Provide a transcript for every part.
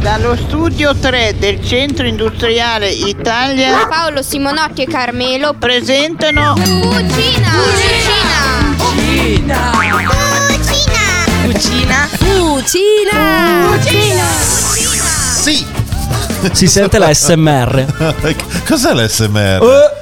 Dallo studio 3 del Centro Industriale Italia Paolo Simonotti e Carmelo presentano Cucina! Cucina! Cucina! Cucina. Cucina! Cucina! Sì! Si sente la SMR. Cos'è l'SMR? Oh,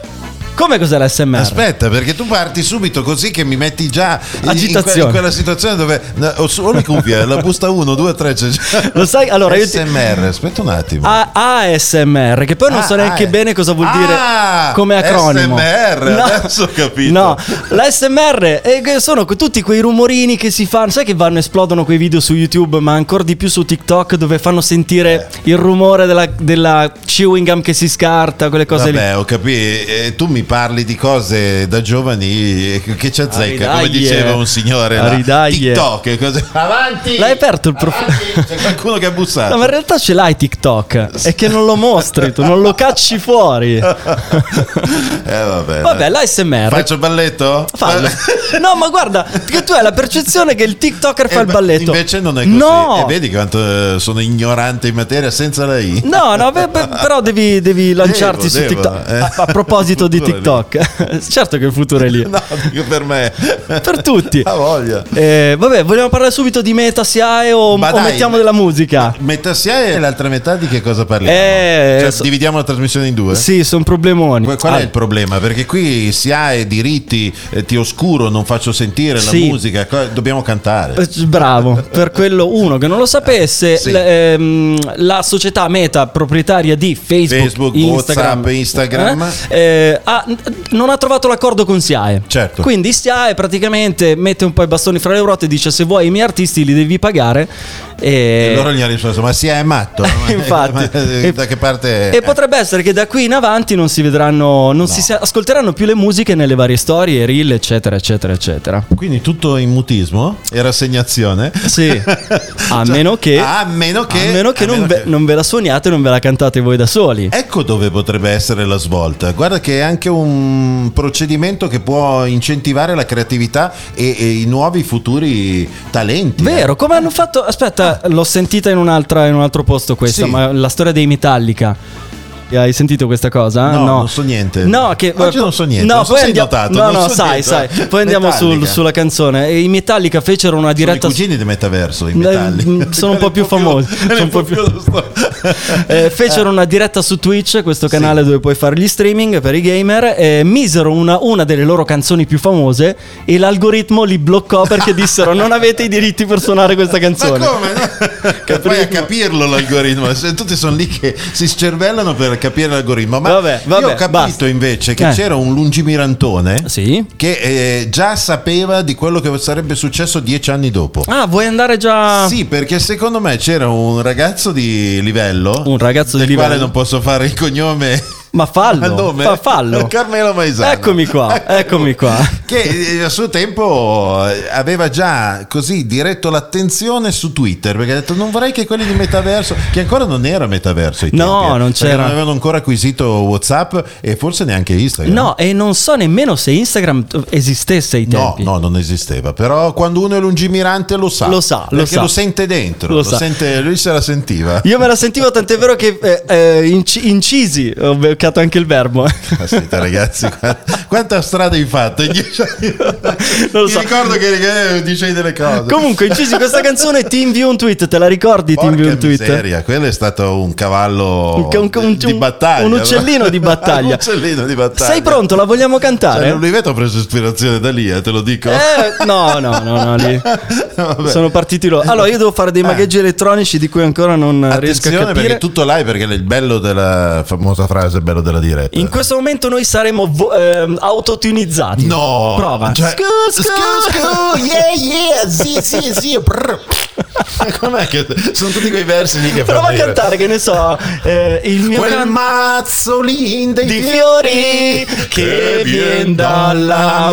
come cos'è la SMR? Eh. Aspetta, perché tu parti subito così che mi metti già in- in, Agitazione. que- in quella situazione dove no, ho solo le cuffie, la busta 1, 2, 3 c'è già. Lo sai, allora io ti- SMR, aspetta un attimo. A- ASMR, che poi non Ah, so neanche ah, bene cosa vuol dire ah, come acronimo. SMR, adesso ho capito. No, l'ASMR è eh, che sono que- tutti quei rumorini che si fanno, sai che vanno esplodono quei video su YouTube, ma ancora di più su TikTok dove fanno sentire Eh. il rumore della, della chewing gum che si scarta, quelle cose lì. Vabbè, ho capito. Eh, tu mi parli di cose da giovani eh, che ci azzecca, come ridaglie. diceva un signore. A là. ridaglie. TikTok e cose. Avanti! L'hai aperto il profilo? Avanti! C'è qualcuno che ha bussato. No, ma in realtà ce l'hai TikTok, è che non lo mostri tu, non lo cacci fuori. Eh, vabbè. Vabbè, l'ASMR. Faccio il balletto? Eh, Eh, Fallo. No, ma guarda, che tu hai la percezione che il TikToker fa Eh, il beh, balletto. Invece non è così. No, E vedi quanto eh, sono ignorante in materia senza la I. no, no beh, beh, però devi, devi lanciarti su devo, TikTok. eh. A, a proposito di Il futuro TikTok, certo che il futuro è lì. No, dico per me. Per tutti. Ha voglia. Eh, vabbè, vogliamo parlare subito di Meta SIAE o, Ma o dai, Eh. mettiamo della musica? Metà sia e l'altra metà di che cosa parliamo? Eh, Cioè, so- dividiamo la trasmissione in due? Sì, sono problemoni. Qu- Qual è Ah, il problema? Perché qui si ha i diritti, eh, ti oscuro, non faccio sentire la Sì. musica, co- dobbiamo cantare. Eh, Bravo, per quello uno che non lo sapesse, Sì. l- ehm, la società Meta, proprietaria di Facebook, Facebook, Instagram, WhatsApp, Instagram. eh, eh, ha- n- non ha trovato l'accordo con SIAE. Certo. Quindi SIAE praticamente mette un po' i bastoni fra le ruote e dice se vuoi i miei artisti li devi pagare. E... E loro gli hanno risposto, ma si è matto? Infatti. Ma, eh, da che parte... E potrebbe essere che da qui in avanti non si vedranno, non si sa- ascolteranno più le musiche nelle varie storie, reel, eccetera, eccetera, eccetera. Quindi tutto in mutismo e rassegnazione? Sì, a meno che, Cioè, A meno che- a meno che a non, meno ve, che- non ve la suoniate e non ve la cantate voi da soli. Ecco dove potrebbe essere la svolta. Guarda che è anche un procedimento che può incentivare la creatività e, e i nuovi futuri talenti. eh. Vero, come hanno fatto. Aspetta, l'ho sentita in, un'altra- in un altro posto questa, Ah. Sì. ma la storia dei Metallica. Hai sentito questa cosa? No, non so niente. No, che, Oggi non so niente, No, non so poi se hai andiamo- notato, No, non no, so sai, niente. sai. Poi andiamo sul- Metallica. sulla canzone. E I Metallica fecero Sono una diretta. I cugini di Metaverso, i Eh, metalli. mm, sono un po' più famosi, sono un po' più- Eh, fecero una diretta su Twitch, questo canale dove puoi fare gli streaming per i gamer. E misero una, una delle loro canzoni più famose e l'algoritmo li bloccò perché dissero: Non avete i diritti per suonare questa Ma canzone. come? No? Che poi a capirlo l'algoritmo, se tutti sono lì che si scervellano per capire l'algoritmo. Ma Vabbè, vabbè, io ho capito basta. invece che Eh. c'era un lungimirantone Sì. che eh, già sapeva di quello che sarebbe successo dieci anni dopo. Ah, vuoi andare già? Sì, perché secondo me c'era un ragazzo di livello. Un ragazzo di del quale livello. non posso fare il cognome. Ma fallo, ma il nome. fa- fallo. Carmelo Maisano. Eccomi qua, eccomi qua. Che eh, a suo tempo eh, aveva già così diretto l'attenzione su Twitter perché ha detto non vorrei che quelli di metaverso, che ancora non era metaverso, ai No, tempi, eh, non perché c'era. Non avevano ancora acquisito WhatsApp e forse neanche Instagram. No, e non so nemmeno se Instagram t- esistesse ai No, tempi. no, non esisteva. Però quando uno è lungimirante lo sa. Lo sa, lo Perché sa. lo sente dentro. Lo lo sa. sente- lui se la sentiva. Io me la sentivo tant'è vero che eh, eh, inci- incisi, ho beccato anche il verbo. Aspetta ragazzi, qua- quanta strada hai fatto? In dieci anni? lo Mi so. ricordo che, che dicevi delle cose. Comunque, incisi questa canzone, ti invio un tweet, te la ricordi? ti invio Porca un tweet. miseria, quello è stato un cavallo Un ca- un- un- di battaglia. un uccellino di battaglia. un uccellino di battaglia. Sei pronto? La vogliamo Cioè, cantare? non li vedo ho preso ispirazione da lì, eh, te lo dico. Eh, no, no, no, no, lì. Vabbè. Sono partiti loro. Allora, io devo fare dei Ah. magheggi elettronici di cui ancora non eh, riesco a Attenzione capire. perché tutto là è perché il bello della famosa frase, il bello della diretta. In questo momento noi saremo vo- ehm, autotunizzati. No, Prova. Cioè- Scu- scu- Scu- scu- yeah, yeah, sì, sì, sì. brr. Com'è che sono tutti quei versi lì che fanno Prova a ridere. cantare, che ne so, eh, il mio Quel can- mazzolin dei di fiori che vien dalla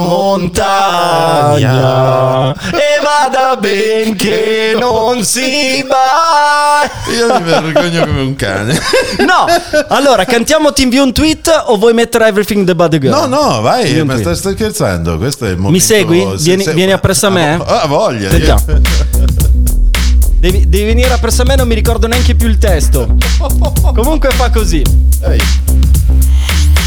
montagna e vada ben che non si va. Io mi vergogno come un cane. No, allora cantiamo Ti invio un tweet o vuoi mettere Everything the Bad Girl? No, no, vai, Io ma qui. stai, stai scherzando. Questo è il momento. Mi segui? se- Ah, Vieni, se- vieni appresso a me? Ah, voglia. Sentiamo. Devi, devi venire a presso a me, non mi ricordo neanche più il testo. Comunque fa così.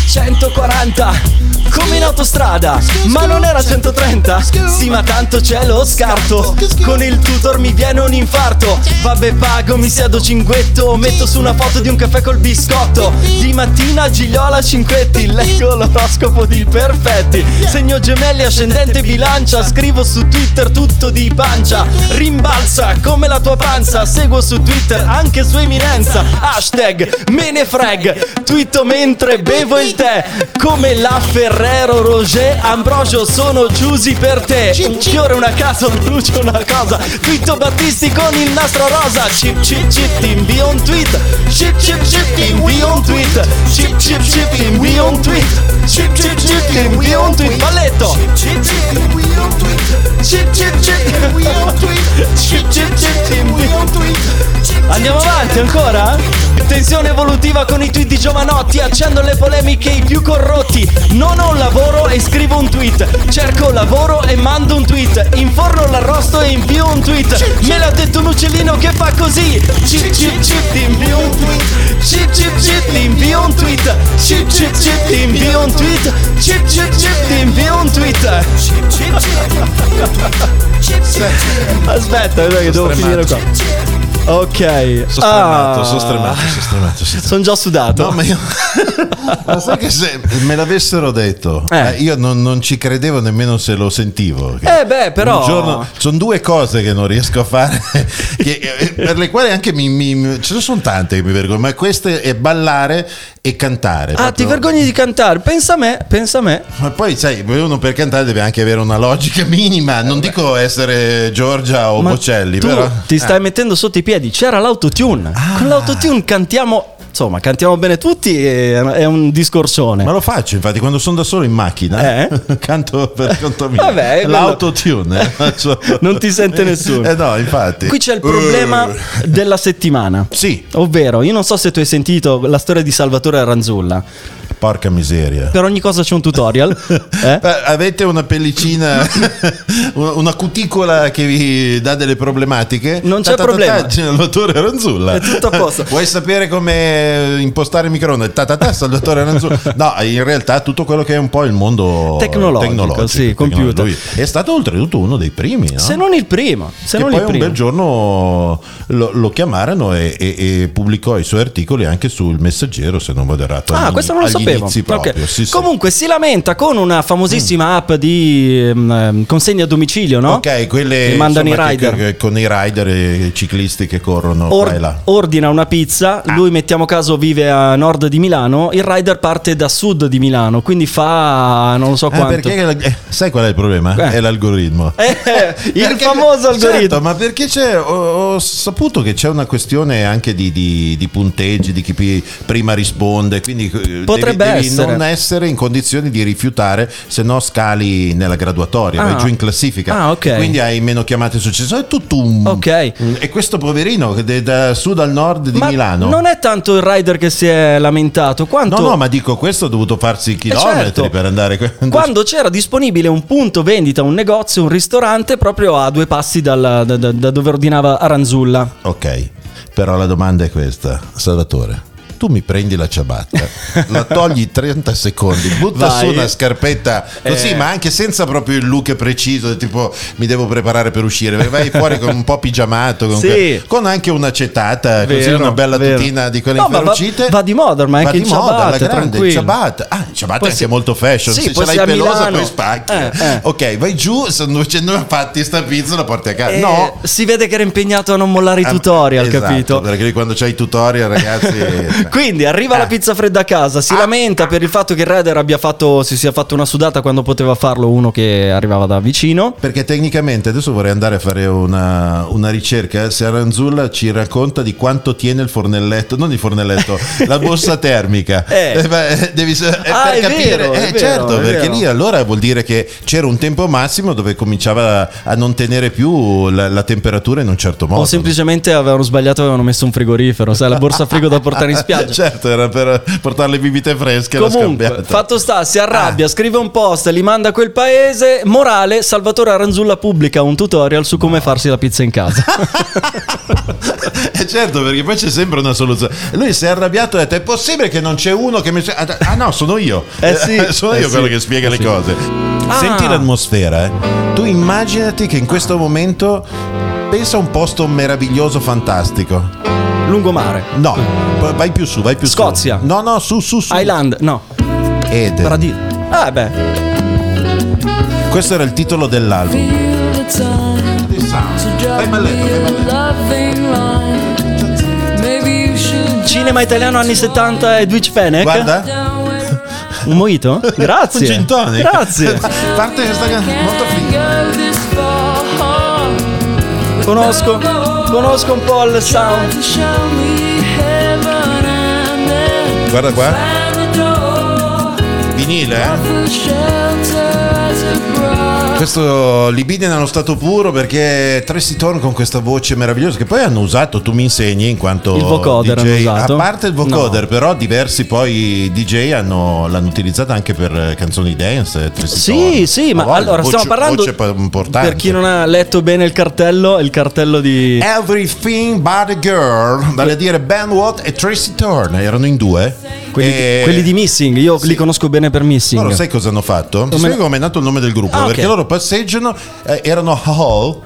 140 come in autostrada, ma non era 130. Sì, ma tanto c'è lo scarto. Con il tutor mi viene un infarto. Vabbè, pago, mi siedo cinguetto. Metto su una foto di un caffè col biscotto. Di mattina gigliola cinquetti. Leggo l'oroscopo di perfetti. Segno gemelli, ascendente bilancia. Scrivo su Twitter tutto di pancia. Rimbalza come la tua panza. Seguo su Twitter anche sua eminenza. Hashtag me ne freg. Twitto mentre bevo il tè. Come la Ferrero Roger Ambrogio sono chiusi per te Un fiore, una casa, un luce, una cosa Twitto Battisti con il nastro rosa Chip chip chip ti invio un tweet Chip chip chip ti invio un tweet Chip chip chip ti invio un tweet Chip chip chip ti invio un tweet Balletto Chip chip chip ti invio un tweet Chip chip chip ti invio un tweet Andiamo avanti ancora? Tensione evolutiva con i tweet di Giovanotti Accendo le polemiche i più corrotti non ho un lavoro e scrivo un tweet. Cerco lavoro e mando un tweet. Inforno l'arrosto e invio un tweet. Me l'ha detto un uccellino che fa così. Chip chip chip ti invio un tweet. Chip chip chip ti invio un tweet. Chip chip chip ti invio un tweet. Chip chip chip ti invio un tweet. Aspetta, che devo finire qua. Ok. Sono stremato, Ah, sono stremato, sono stremato. sono Sono già sudato. No, ma io. ma sai che se me l'avessero detto, Eh. eh, io non, non ci credevo nemmeno se lo sentivo. Eh, beh, però- sono due cose che non riesco a fare, che, eh, per le quali anche mi, mi- mi- Ce ne sono tante che mi vergogno, ma queste è ballare e cantare. Ah, ti proprio. vergogni di cantare? Pensa a me, pensa a me. Ma poi, sai, uno per cantare deve anche avere una logica minima. Non dico essere Giorgia o Eh, Ma Bocelli, tu Eh. però. Ti stai mettendo sotto i piedi. C'era l'autotune. Ah. Con l'autotune cantiamo. Insomma, cantiamo bene tutti. e È un discorsone. Ma lo faccio, infatti, quando sono da solo in macchina, Eh? canto per conto mio. Vabbè, quello- L'autotune. eh, faccio- Non ti sente nessuno. Eh no, infatti. Qui c'è il problema Eh, della settimana. Sì. Ovvero, io non so se tu hai sentito la storia di Salvatore Ranzulla. porca miseria. Per ogni cosa c'è un tutorial. eh? Beh, avete una pellicina, una una cuticola che vi dà delle problematiche? Non c'è Ta ta ta ta, problema. C'è Salvatore Ranzulla. È tutto a posto. Vuoi sapere come impostare il microonde? Ta ta ta, Salvatore Ranzulla. No, in realtà tutto quello che è un po' il mondo Tecnologico, sì, tecnologico. computer. Lui È stato oltretutto uno dei primi, no? Se non il primo. Se che non poi il un primo. bel giorno lo, lo chiamarono e, e- e pubblicò i suoi articoli anche sul Messaggero, se non vado errato. Ah, agli- questo non lo agli sapevo. inizi proprio, Ok. sì, sì. Comunque si lamenta con una famosissima app di ehm, ehm, consegna a domicilio, no? Ok, quelle Che mandano insomma, i che- rider. che- con i rider e i ciclisti che corrono Or- qua e là. ordina una pizza, lui mettiamo caso vive a nord di Milano, il rider parte da sud di Milano, quindi fa non lo so Ah, quanto. perché la- eh, sai qual è il problema? Eh. È l'algoritmo. Eh, il Perché- famoso certo, algoritmo. ma perché c'è? Ho, ho saputo che c'è una questione anche di, di- di punteggi, di chi pi- prima risponde. Quindi eh, devi- Potrebbe devi, essere. non essere in condizioni di rifiutare, se no scali nella graduatoria, Ah. vai giù in classifica. Ah, ok. Quindi hai meno chiamate successive. È tutto un. Ok. un- E questo poverino che de- da sud al nord di Ma Milano. non è tanto il rider che si è lamentato, quanto No, no, ma dico, questo ha dovuto farsi Eh, chilometri certo. per andare. quando c'era disponibile un punto vendita, un negozio, un ristorante proprio a due passi dalla- da, da- da dove ordinava Aranzulla. Ok, però la domanda è questa, Salvatore. Tu mi prendi la ciabatta, la togli 30 secondi, butta Vai. su una scarpetta così, Eh. ma anche senza proprio il look preciso, tipo mi devo preparare per uscire, perché vai fuori con un po' pigiamato, con, Sì. que- con anche una cetata, così Vero, una bella vero. tutina di quelle No, ma va- inferocite. va di moda ormai, Va anche di il moda, ciabatta, la grande, il tranquillo. ciabatta. Ah, il ciabatta Poi è anche se- molto fashion, sì, se poi ce sei a l'hai pelosa Milano. poi spacchi. Eh, eh. Ok, vai giù, stanno facendo una fatti sta pizza, la porti a casa. Eh, No, Si vede che era impegnato a non mollare i Ah, tutorial, esatto, capito? Perché lì quando c'è i tutorial, ragazzi. cioè, Quindi arriva la pizza fredda a casa, Ah. si lamenta per il fatto che il Raider abbia fatto, si sia fatto una sudata quando poteva farlo uno che arrivava da vicino. Perché tecnicamente adesso vorrei andare a fare una, una ricerca. Se Aranzulla ci racconta di quanto tiene il fornelletto, non il fornelletto, la borsa termica. Eh. beh, devi sa- eh, Ah, per è capire, vero, è eh, vero, certo, è perché vero. lì allora vuol dire che c'era un tempo massimo dove cominciava a non tenere più la, la temperatura in un certo modo. O semplicemente avevano sbagliato e avevano messo un frigorifero, sai, la borsa frigo da portare in messaggio. certo, era per portare le bibite fresche. l'ha Ah. Comunque, scambiata. fatto sta, si arrabbia, scrive un post, li manda a quel paese. Morale, Salvatore Aranzulla pubblica un tutorial su come farsi la pizza in casa. Eh, certo, perché poi c'è sempre una soluzione. Lui si è arrabbiato e ha detto: È possibile che non c'è uno che mi. Ah, no, sono io. Eh sì, sono eh io sì, quello che spiega eh le sì. cose. Ah. Senti l'atmosfera, eh. Tu immaginati che in questo momento. Pensa a un posto meraviglioso, fantastico. Lungomare. No, p- vai più su, vai più Scozia. su. No, no, su, su, Eh. su. Island, no. Eden. Paradis. Ah, beh. Questo era il titolo dell'album. Feel the time to Fai drive me Ecco. a loving line. Maybe you should Cinema italiano anni 70 e Dwitch Fennec. Guarda. down where Un mojito? Grazie. Un gin tonic. Grazie. Parte questa canzone molto I figa. go this far. Conosco, conosco un po' il sound. To show me heaven and then Guarda qua. find the door Vinile, eh. for shelter as it brought. Questo libide nello stato puro perché Tracy Thorn con questa voce meravigliosa che poi hanno usato, tu mi insegni in quanto Il vocoder DJ. hanno usato. A parte il vocoder, però diversi poi DJ hanno- l'hanno utilizzata anche per eh, canzoni dance. eh, Tracy Sì, Thorn. sì, ma voglia, allora voce- stiamo parlando voce pa- importante. Eh, per chi non ha letto bene il cartello, il cartello di Everything but a girl, vale a dire Ben Watt e Tracy Thorn, erano in due. quelli, E- quelli di Missing, io li conosco bene per Missing. eh, Loro sai cosa hanno fatto? Ti Come- spiego come è nato il nome del gruppo Ah, ok. perché loro passeggiano, eh, erano Hall,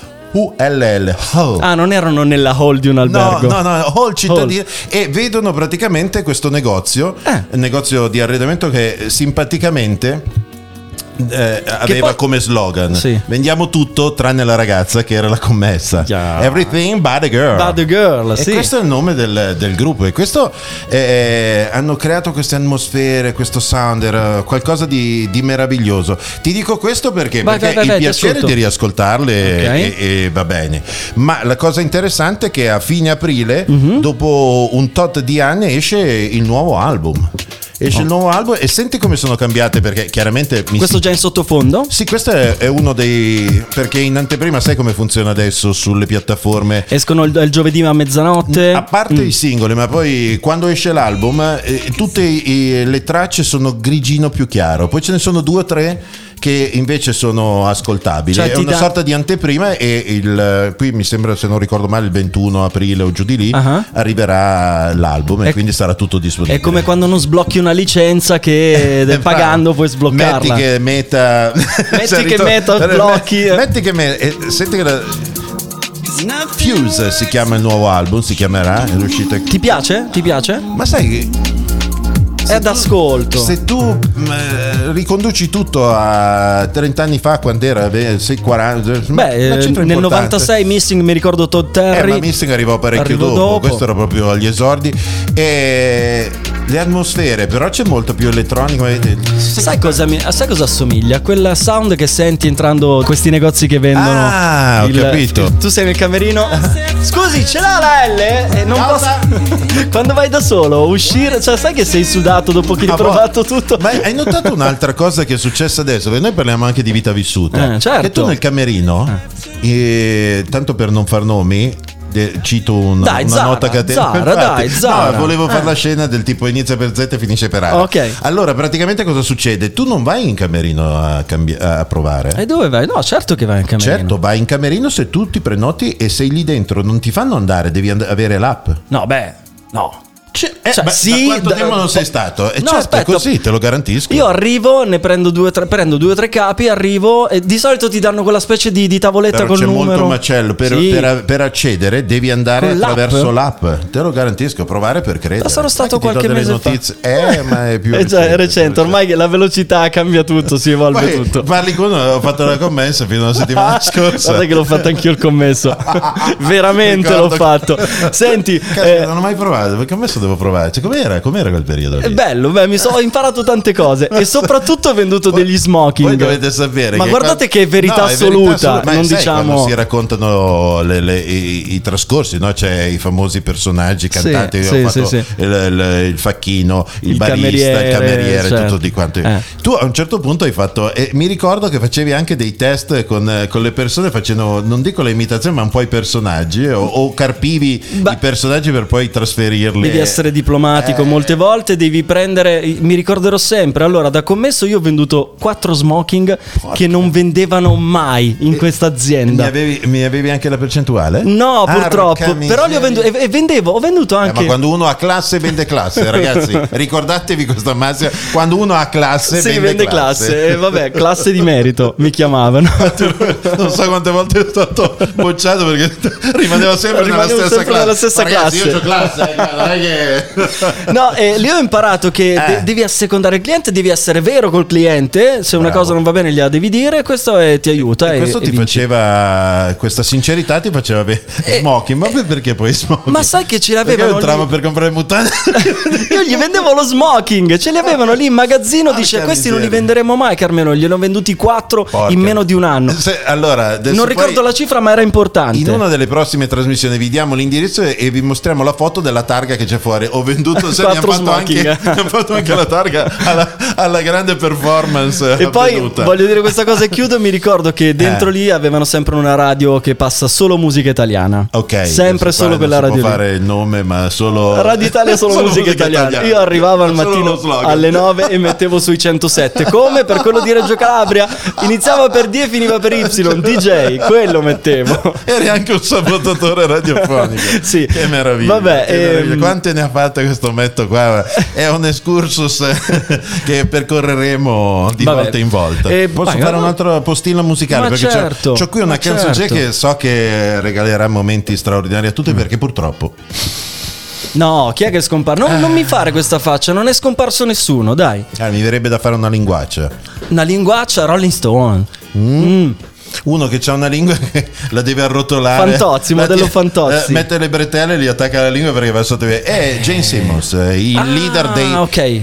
H-U-L-L, Hall. Ah, non erano nella hall di un No, albergo. no, no, Hall cittadina e vedono praticamente questo negozio, Eh. un negozio di arredamento che eh, simpaticamente eh, aveva poi- come slogan Sì. vendiamo tutto tranne la ragazza che era la commessa. Chiaro. Everything but a girl. Bad Girl, E Ah, sì. questo è il nome del, del gruppo e questo eh, hanno creato queste atmosfere, questo sound, era qualcosa di, di meraviglioso. Ti dico questo perché, Vai, perché vai, vai, il vai, ti piacere ascolto. di riascoltarle Ok. e- e, va bene. Ma la cosa interessante è che a fine aprile, Mhm. dopo un tot di anni, esce il nuovo album. Esce il nuovo album e senti come sono cambiate perché chiaramente mi Oh. Questo si- già in sottofondo. sì, questo è, è uno dei. Perché in anteprima sai come funziona adesso sulle piattaforme Escono il, il giovedì a mezzanotte. a parte i singoli, ma poi quando esce l'album, eh, tutte i- le tracce sono grigino più chiaro. Poi ce ne sono due o tre che invece sono ascoltabili. Cioè, È ti una dà- sorta di anteprima e il, qui mi sembra, se non ricordo male, il 21 aprile o giù di lì Ah. arriverà l'album e È- quindi sarà tutto disponibile. Mm. È come quando non sblocchi una licenza che Eh, bravo. pagando puoi Metti sbloccarla. che meta. Metti Cioè, che ritor- meta Met- sblocchi. Metti che meta. Senti che. la- Fuse si chiama il nuovo album, si chiamerà, è uscito. Ti piace? Ti piace? Ma sai che È d'ascolto. Se tu mh, riconduci tutto a 30 anni fa, quando era, beh, sei 40, ma Beh, Mm. una eh, cifra nel importante. 96 Missing mi ricordo Todd Eh, Terry. ma Missing arrivò parecchio Arrivò dopo, dopo. questo era proprio agli esordi. E le atmosfere, però c'è molto più elettronico. eh, e- Sai cosa, mi- sai cosa assomiglia? A Quel sound che senti entrando in questi negozi che vendono. Ah, ho capito. Tu sei nel camerino. Scusi, ce l'ha la L? E non posso... Cosa? Quando vai da solo, uscire. Cioè, sai che sei sudato dopo che Ah, hai boh. provato tutto? Ma hai notato un'altra cosa che è successa adesso? Perché noi parliamo anche di vita vissuta. Eh, certo. Che tu nel camerino, eh, tanto per non far nomi. de- Cito un- Dai, una Zara, nota catena. Zara, dai, Zara. Eh. No, volevo fare la scena del tipo inizia per Z e finisce per A. Ok. Allora, praticamente cosa succede? Tu non vai in camerino a, cambi- a provare. E dove vai? No, certo che vai in camerino. Certo, vai in camerino se tu ti prenoti e sei lì dentro. Non ti fanno andare, devi and- avere l'app. No, beh, no. Eh, Cioè, ma sì, da quanto da- tempo non sei stato? Eh, No, certo, è aspetta. così, te lo garantisco. Io arrivo, ne prendo due o tre, prendo due o tre capi, arrivo e di solito ti danno quella specie di, di tavoletta Però col c'è numero. molto macello per, Sì. per- per accedere devi andare Con l'app? attraverso l'app. te lo garantisco provare per credere Ma sono Sai stato che ti do qualche delle mese fa. notizie. eh ma è più Eh già, è recente, ormai che la velocità cambia tutto, si evolve Poi tutto. parli con uno ho fatto la commessa fino alla settimana scorsa Guarda che l'ho fatto anch'io il commesso. Veramente Ricordo- l'ho fatto. Senti, Cazzo, eh, non ho mai provato perché commesso devo provare cioè, com'era, com'era quel periodo lì? è bello, beh, mi so, ho imparato tante cose e soprattutto ho venduto Poi- degli smoking. Poi dovete sapere. Ma guardate che è verità No, assoluta, assoluta. Ma non sai diciamo- quando si raccontano le- le- i, i trascorsi, no? C'è i famosi personaggi cantanti. io ho sì, fatto sì, sì. Il, il- il facchino, il, Il barista, il cameriere, cameriere, certo. tutto di quanto. Eh. Tu a un certo punto hai fatto. E mi ricordo che facevi anche dei test con, eh, con le persone, facendo non dico le imitazioni, ma un po' i personaggi. O, o carpivi Beh. i personaggi per poi trasferirli. Devi eh, essere diplomatico molte volte, devi prendere, mi ricorderò sempre, allora da commesso io ho venduto quattro smoking che non vendevano mai Eh, in questa Mi azienda. avevi, mi avevi anche la percentuale? No, Arca purtroppo, Ah, miseria. però li ho venduti e e vendevo, ho venduto Eh, ma anche quando uno ha classe vende classe, ragazzi, ricordatevi questa massima. Quando uno ha classe Sì, vende, vende classe, Eh, vabbè, classe di merito mi chiamavano. eh. non so quante volte è stato bocciato perché rimaneva sempre nella Rimanevo stessa sempre classe. nella stessa Ma ragazzi, classe. Io ho classe, eh, non è che- No, eh, lì ho imparato che de- Eh. devi assecondare il cliente, devi essere vero col cliente. Se una Bravo. cosa non va bene, gliela devi dire. Questo è- ti aiuta. E e- questo e ti vinci. faceva questa sincerità ti faceva avere smoking, ma per- perché poi smoking? Eh. Ma sai che ce perché l'avevano? entravo lì? per comprare mutande? Io gli vendevo lo smoking, ce li avevano lì in magazzino. Porca Dice: Questi non li miseria." venderemo mai, Carmelo. Gliel'ho venduti quattro Porca. in meno di un anno. Se- allora, adesso Non poi- ricordo la cifra, ma era importante. In una delle prossime trasmissioni vi diamo l'indirizzo e- e vi mostriamo la foto della targa che c'è fuori. Ho venduto se abbiamo Quattro fatto, anche, smoking. abbiamo fatto anche la targa alla, alla grande performance. E poi avvenuta. voglio dire questa cosa e chiudo. Mi ricordo che dentro Eh. lì avevano sempre una radio che passa solo musica italiana. Ok, sempre non si solo fa- quella non si radio può lì. fare il nome, ma solo Radio Italia solo, musica, italiana. Io arrivavo al Solo lo mattino slogan. alle 9 e mettevo sui 107. Come per quello di Reggio Calabria? Iniziava per D e finiva per Y. DJ, quello mettevo. Eri anche un sabotatore radiofonico. Sì. Che meraviglia. Vabbè, che meraviglia. ehm. Quante ne ha fatte questo metto qua? È un excursus che percorreremo di Vabbè. volta in volta. Eh, Posso vai, fare allora- un altro postino musicale? Ma perché c'ho- certo, c'ho, qui una ma canzone certo. Mm. che so che regalerà momenti straordinari a tutti perché purtroppo No, chi è che è scomparso? Non, non mi fare questa faccia, non è scomparso nessuno, dai. ah, mi verrebbe da fare una linguaccia. Una linguaccia Rolling Stone. Mm. Uno che ha una lingua che la deve arrotolare. Fantozzi, La modello tie- Fantozzi. eh, Mette le bretelle e li attacca alla lingua perché va sotto. È Jane Simmons, eh, il leader Ah, dei Ok.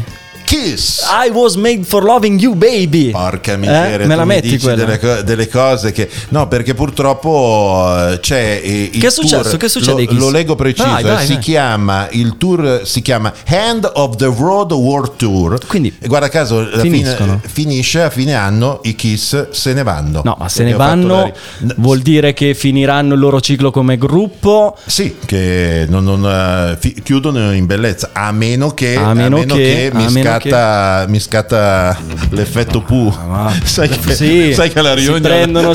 Kiss. I was made for loving you, baby. Porca Ah. Eh, miseria, Me tu la mi metti dici quella. delle, co- delle cose che no, perché purtroppo eh, c'è eh, il Che è successo? tour- Che succede, Lo, Kiss? lo leggo preciso, eh, Vai, vai, si vai. chiama il tour eh, si chiama Hand of the Road World Tour. Quindi e guarda caso alla finiscono. fine, finisce a fine anno i Kiss se ne vanno. No, ma se ne Perché ho fatto vanno la- vuol dire che finiranno il loro ciclo come gruppo. Sì, che non, non, eh, fi- chiudono in bellezza, a meno che, a meno che, mi, a meno Ah, scatta, mi scatta l'effetto Pooh. sai, che, Sì, Eh, sai che alla si riunione... prendono,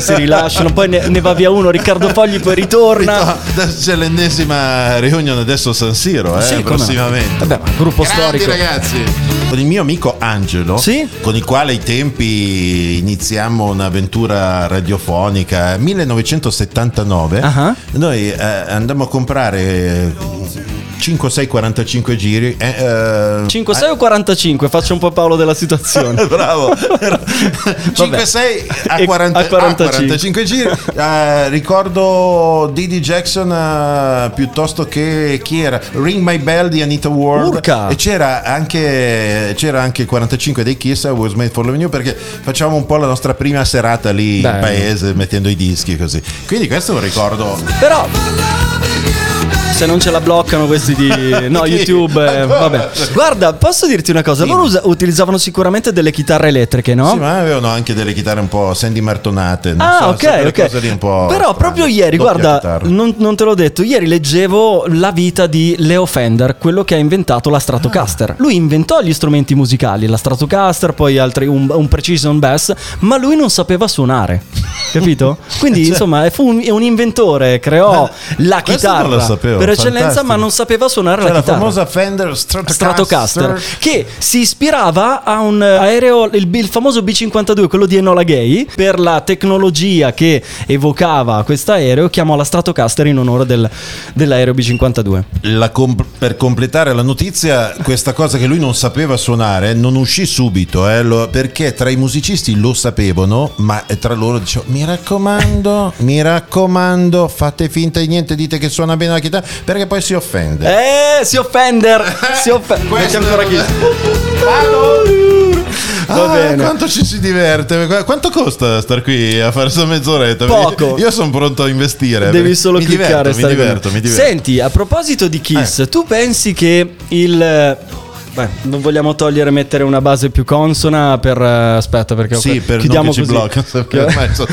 si rilasciano, poi ne, ne va via uno, Riccardo Fogli poi ritorna. Adesso C'è l'ennesima riunione adesso a San Siro, eh, Sì, come no. prossimamente. Vabbè, ma gruppo Grandi storico. ragazzi. Con il mio amico Angelo, Sì? con il quale ai tempi iniziamo un'avventura radiofonica, 1979, Ah. noi eh, andammo a comprare 5, 6, 45 giri. eh, eh, 5, 6 o 45? Faccio un po' Paolo della situazione. Bravo, 5, 6 a, E- 40 a 45. a 45 giri. Eh, ricordo Didi Jackson eh, piuttosto che chi era Ring My Bell di Anita Ward. Urca. E c'era anche, c'era anche 45 dei Kiss. I was made for Loving You perché facciamo un po' la nostra prima serata lì in Bello. paese mettendo i dischi così. Quindi questo è un ricordo. Però se non ce la bloccano questi di no, Sì, YouTube, eh, ancora. vabbè. Guarda, posso dirti una cosa, loro usa- utilizzavano sicuramente delle chitarre elettriche, no? Sì, ma avevano anche delle chitarre un po' Sandy Martonate. non Oh. Ah, so, ok, quelle ok. cose lì un po' Però strane. proprio ieri, Doppia guarda, chitarra. non, non te l'ho detto, ieri leggevo la vita di Leo Fender, quello che ha inventato la Stratocaster. Ah. Lui inventò gli strumenti musicali, la Stratocaster, poi altri, un, un Precision Bass, ma lui non sapeva suonare. Capito? Quindi, insomma, fu un, è un inventore, creò la Cioè. questo chitarra non lo sapevo, per eccellenza, fantastico. ma non sapeva suonare Cioè, la la chitarra. famosa Fender Stratocaster, Stratocaster che si ispirava a un eh, aereo, il, il famoso B-52, quello di Enola Gay, per la tecnologia che evocava questo aereo, chiamò la Stratocaster in onore del- dell'aereo B-52. La com- per completare la notizia, questa cosa che lui non sapeva suonare non uscì subito eh, lo- perché tra i musicisti lo sapevano, ma eh, tra loro dicevo: Mi raccomando, mi raccomando, fate finta di niente, dite che suona bene la chitarra perché poi si offende. Eh, si offender, si offender. Questo ancora chi? era- Va Ah, bene. Quanto ci si diverte? Qu- Quanto costa star qui a fare sta mezz'oretta? Poco. Io sono pronto a investire. Devi solo Eh mi cliccare. Diverto, Eh. mi stare diverto, con- mi diverto. Senti, a proposito di Kiss, tu pensi che il eh, Beh, non vogliamo togliere e mettere una base più consona per... eh, aspetta, perché... Sì, per chiudiamo non che ci così. blocca. Perché ormai sto-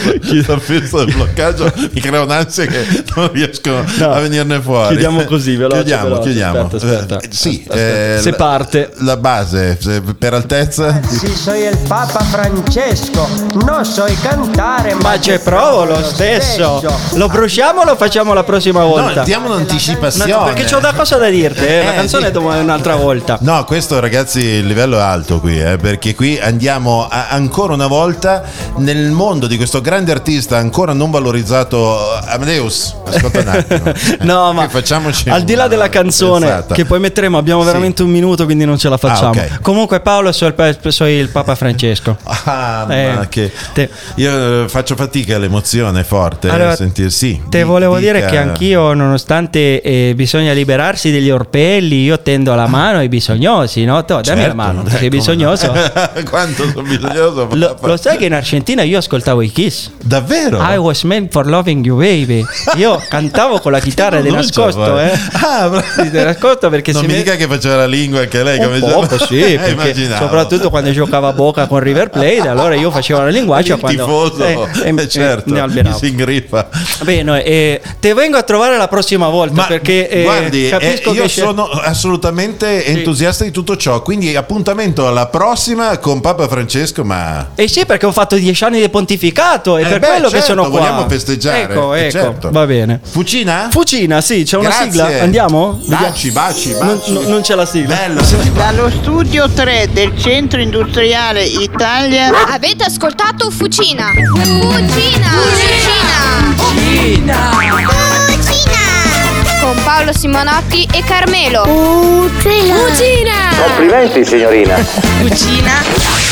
sto fisso del bloccaggio mi crea un'ansia che non riesco No. a venirne fuori. Chiudiamo così, veloce, Chiudiamo, veloce. chiudiamo. Aspetta, aspetta. Eh, sì, Aspetta. eh, Se la- parte. La base, se- per altezza. Si soy el Papa Francesco, non so cantare, ma, Ma c'è provo lo stesso. Lo bruciamo o lo facciamo la prossima volta? No, diamo Ma- un'anticipazione. perché c'ho da cosa da dirti. eh, La Eh, canzone sì. domani un'altra volta. No, questo ragazzi il livello è alto qui, eh, perché qui andiamo a- ancora una volta nel mondo di questo grande artista ancora non valorizzato Amadeus. Ascolta un attimo. No, ma Che facciamoci al di là una della canzone pensata. che poi metteremo, abbiamo Sì. veramente un minuto, quindi non ce la facciamo. Ah, ok. Comunque, Paolo, sono il, pa- so il Papa Francesco. Ah, Eh, ma che te- io eh, faccio fatica all'emozione forte Allora, a sentire sì. Te di- volevo dire dica- che anch'io, nonostante eh, bisogna liberarsi degli orpelli, io tendo la mano ai bisognosi, no? To, dammi la Certo, mano, dai, sei come bisognoso. no. Quanto sono bisognoso. Lo, papà. lo sai Ah, che in Argentina io ascoltavo i Kiss? Davvero? I was meant for loving you, baby. Io cantavo con la chitarra di Non ce la nascosto, fai. eh. Ah, bra- Sì, di nascosto perché non si mi me- dica che faceva la lingua anche lei come un già- poco, sì, Eh, perché immaginavo. soprattutto quando giocava a Boca con River Plate, allora io facevo la linguaccia il quando tifoso eh, eh, eh, certo ne alberavo. si ingriffa Bene, eh, te vengo a trovare la prossima volta ma perché eh, guardi, eh, capisco io che c'è- sono assolutamente entusiasta di tutto ciò. Quindi, appuntamento alla prossima con Papa Francesco. Ma E Eh, sì, perché ho fatto dieci anni di pontificato e Eh per beh, quello che certo, sono qua. vogliamo festeggiare, Ecco, eh, ecco, certo. va bene. Fucina? Fucina, sì, c'è una Grazie. sigla. Andiamo? Baci, baci, Non, baci. non- non c'è la sigla. Bello. Dallo studio 3 del Centro Industriale Italia Avete ascoltato Fucina? Fucina! Fucina! Fucina! Con Paolo Simonotti e Carmelo. Fucina! Fucina! Complimenti signorina. Fucina!